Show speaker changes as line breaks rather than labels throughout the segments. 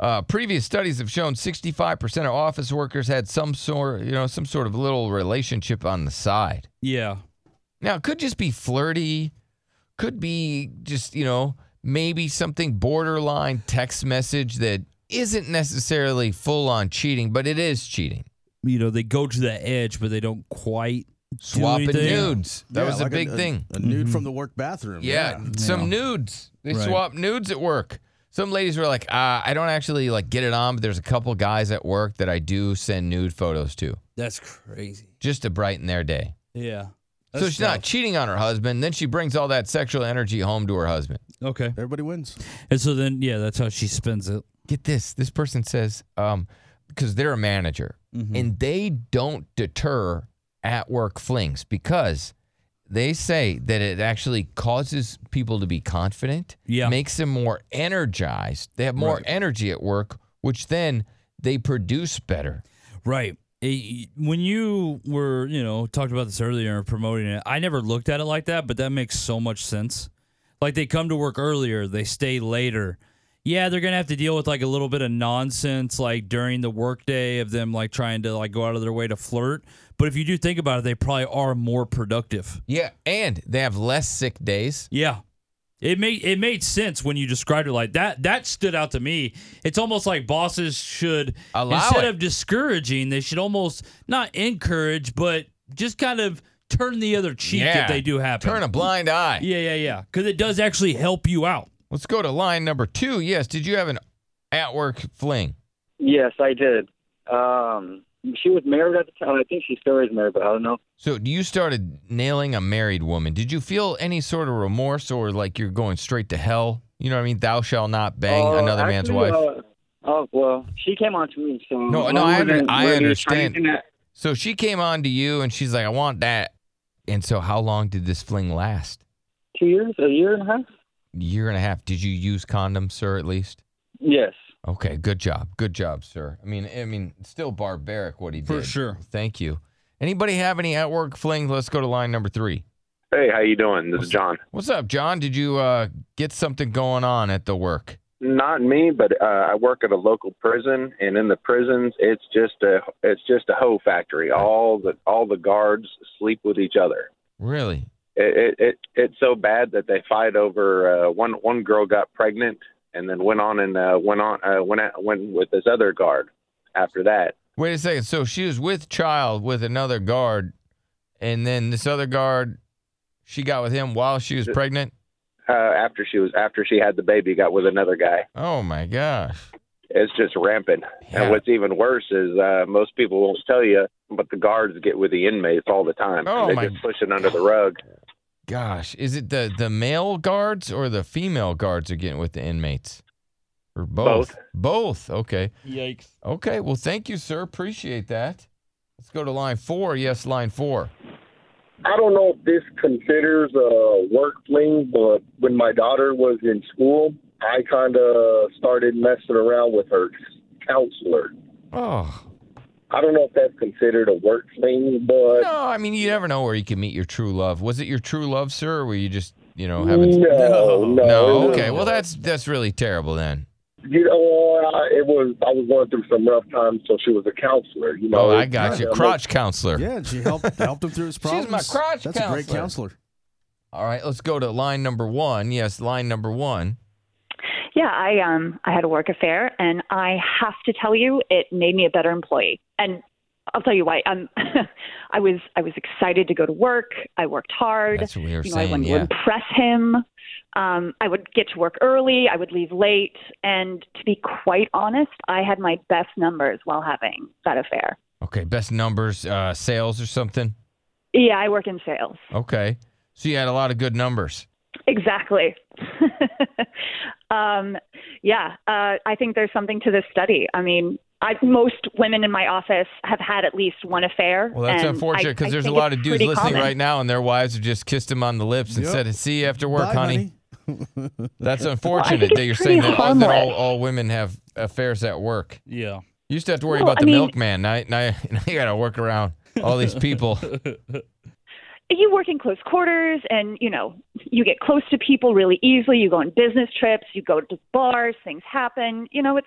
Uh, previous studies have shown 65% of office workers had some sort, you know, some sort of little relationship on the side.
Yeah.
Now, it could just be flirty, could be just, you know, maybe something borderline text message that isn't necessarily full on cheating, but it is cheating.
You know, they go to the edge, but they don't quite do
Swapping
anything.
nudes. That
Yeah,
was a
like
big thing.
A nude from the work bathroom.
Yeah, some nudes. They
Right.
swap nudes at work. Some ladies were like, uh, I don't actually like get it on, but there's a couple guys at work that I do send nude photos to
That's crazy.
just to brighten their day.
Yeah.
so she's not cheating on her husband. Then she brings all that sexual energy home to her husband.
Okay.
Everybody wins.
And so then, yeah, that's how she spends it.
Get this. This person says, um, because they're a manager
Mm-hmm.
and they don't deter at work flings because they say that it actually causes people to be confident,
Yeah.
makes them more energized. They have more energy at work, which then they produce better.
Right. Eh, When you were, you know, talked about this earlier and promoting it, I never looked at it like that, but that makes so much sense. Like they come to work earlier, they stay later. Yeah, they're gonna have to deal with like a little bit of nonsense like during the workday of them like trying to like go out of their way to flirt. But if you do think about it, they probably are more productive.
Yeah. And they have less sick days.
Yeah. It made it made sense when you described it like that. That stood out to me. It's almost like bosses should
Allow
instead
it.
of discouraging, they should almost not encourage, but just kind of turn the other cheek if they do happen.
Turn a blind eye.
Yeah, yeah, yeah. Because it does actually help you out.
Let's go to line number two. Yes, did you have an at work fling?
Yes, I did. Um, she was married at the time. I think she still is married, but I don't know.
So you started nailing a married woman. Did you feel any sort of remorse or like you're going straight to hell? You know what I mean? Thou shall not bang
Oh,
Uh,
another man's
actually,
wife.
uh, oh well, she came on to me, so
No, no, I under-
wasn't
I
really
understand.
trying to-
so she came on to you and she's like, I want that. And so how long did this fling last?
Two years, a year and a half.
Year and a half. Did you use condoms, sir, at least?
Yes.
Okay, good job. Good job, sir. I mean I mean still barbaric what he did.
For sure.
Thank you. Anybody have any at work flings? Let's go to line number three.
Hey, how you doing? This is John.
What's up, John? Did you uh, get something going on at the work?
Not me, but uh, I work at a local prison, and in the prisons, it's just a it's just a hoe factory. All the all the guards sleep with each other.
Really?
It it, it it's so bad that they fight over uh, one one girl got pregnant and then went on and uh, went on uh, went out, went with this other guard after that.
Wait a second. So she was with child with another guard, and then this other guard, she got with him while she was pregnant.
Uh, after she was after she had the baby, got with another guy.
Oh my gosh.
It's just rampant.
Yeah.
And what's even worse is uh, most people won't tell you, but the guards get with the inmates all the time.
Oh,
they
my-
just push it under the rug.
Gosh, is it the the male guards or the female guards are getting with the inmates? Or both? Both. Okay.
Yikes.
Okay. Well, thank you, sir. Appreciate that. Let's go to line four. Yes, line four.
I don't know if this considers a work fling, but when my daughter was in school, I kind of started messing around with her counselor.
Oh.
I don't know if that's considered a work fling, but
No, I mean you never know where you can meet your true love. Was it your true love, sir, or were you just you know having?
no, no,
No,
it was-
okay. Well, that's that's really terrible then.
you know, I, it was. I was going through some rough times, so she was a counselor. You know,
Oh, I
it's
got you,
kinda-
crotch counselor.
Yeah, and she helped helped him through his
She's my
problems.
crotch
That's a great
counselor.
counselor.
All right, let's go to line number one. Yes, line number one.
Yeah, I um I had a work affair and I have to tell you it made me a better employee. And I'll tell you why. Um I was I was excited to go to work. I worked hard.
That's what we were
you know, I
saying.
wanted
Yeah.
to impress him. Um, I would get to work early, I would leave late, and to be quite honest, I had my best numbers while having that affair.
Okay, best numbers, uh, sales or something.
Yeah, I work in sales.
Okay, so you had a lot of good numbers.
Exactly. um, yeah, uh, I think there's something to this study. I mean, I, most women in my office have had at least one affair.
Well, that's
and
unfortunate
I-
because
I
there's a
think
lot
it's
of dudes
pretty
listening
common.
right now, and their wives have just kissed him on the lips and
Yep.
said, "See you after work,
Bye,
honey." That's
I
unfortunate
think
that
it's
you're saying
pretty
that, all, that all,
harmless.
all women have affairs at work.
Yeah.
You used to have to worry
Well,
about
I
the
mean-
milkman. Now, now, now you got to work around all these people.
you work in close quarters and you know you get close to people really easily you go on business trips you go to bars things happen you know it's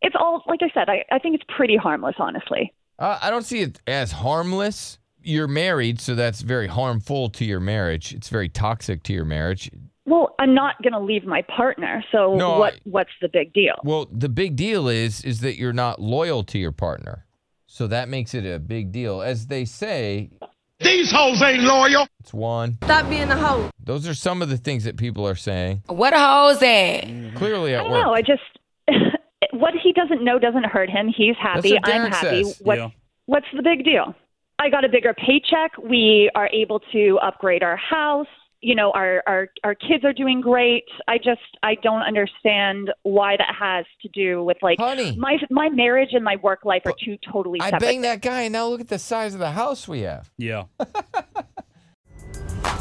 it's all like i said i, I think it's pretty harmless honestly
Uh, I don't see it as harmless. You're married, so that's very harmful to your marriage. It's very toxic to your marriage.
well i'm not going to leave my partner so
No,
what
I-
what's the big deal
Well, the big deal is is that you're not loyal to your partner. So that makes it a big deal. As they say,
These hoes ain't loyal.
it's one.
Stop being a hoe.
Those are some of the things that people are saying.
What a hoe's at?
Clearly
i
at
don't
work.
know i just what he doesn't know doesn't hurt him he's happy
what
i'm
Derek
happy
says.
what
Yeah.
what's the big deal i got a bigger paycheck we are able to upgrade our house you know our our our kids are doing great i just i don't understand why that has to do with like
Honey.
my my marriage and my work life are two totally
I
separate
banged that guy, and now look at the size of the house we have.
Yeah.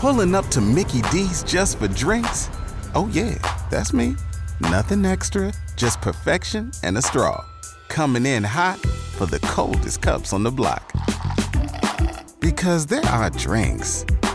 Pulling up to Mickey D's just for drinks? Oh, yeah, that's me. Nothing extra, just perfection and a straw. Coming in hot for the coldest cups on the block. Because there are drinks,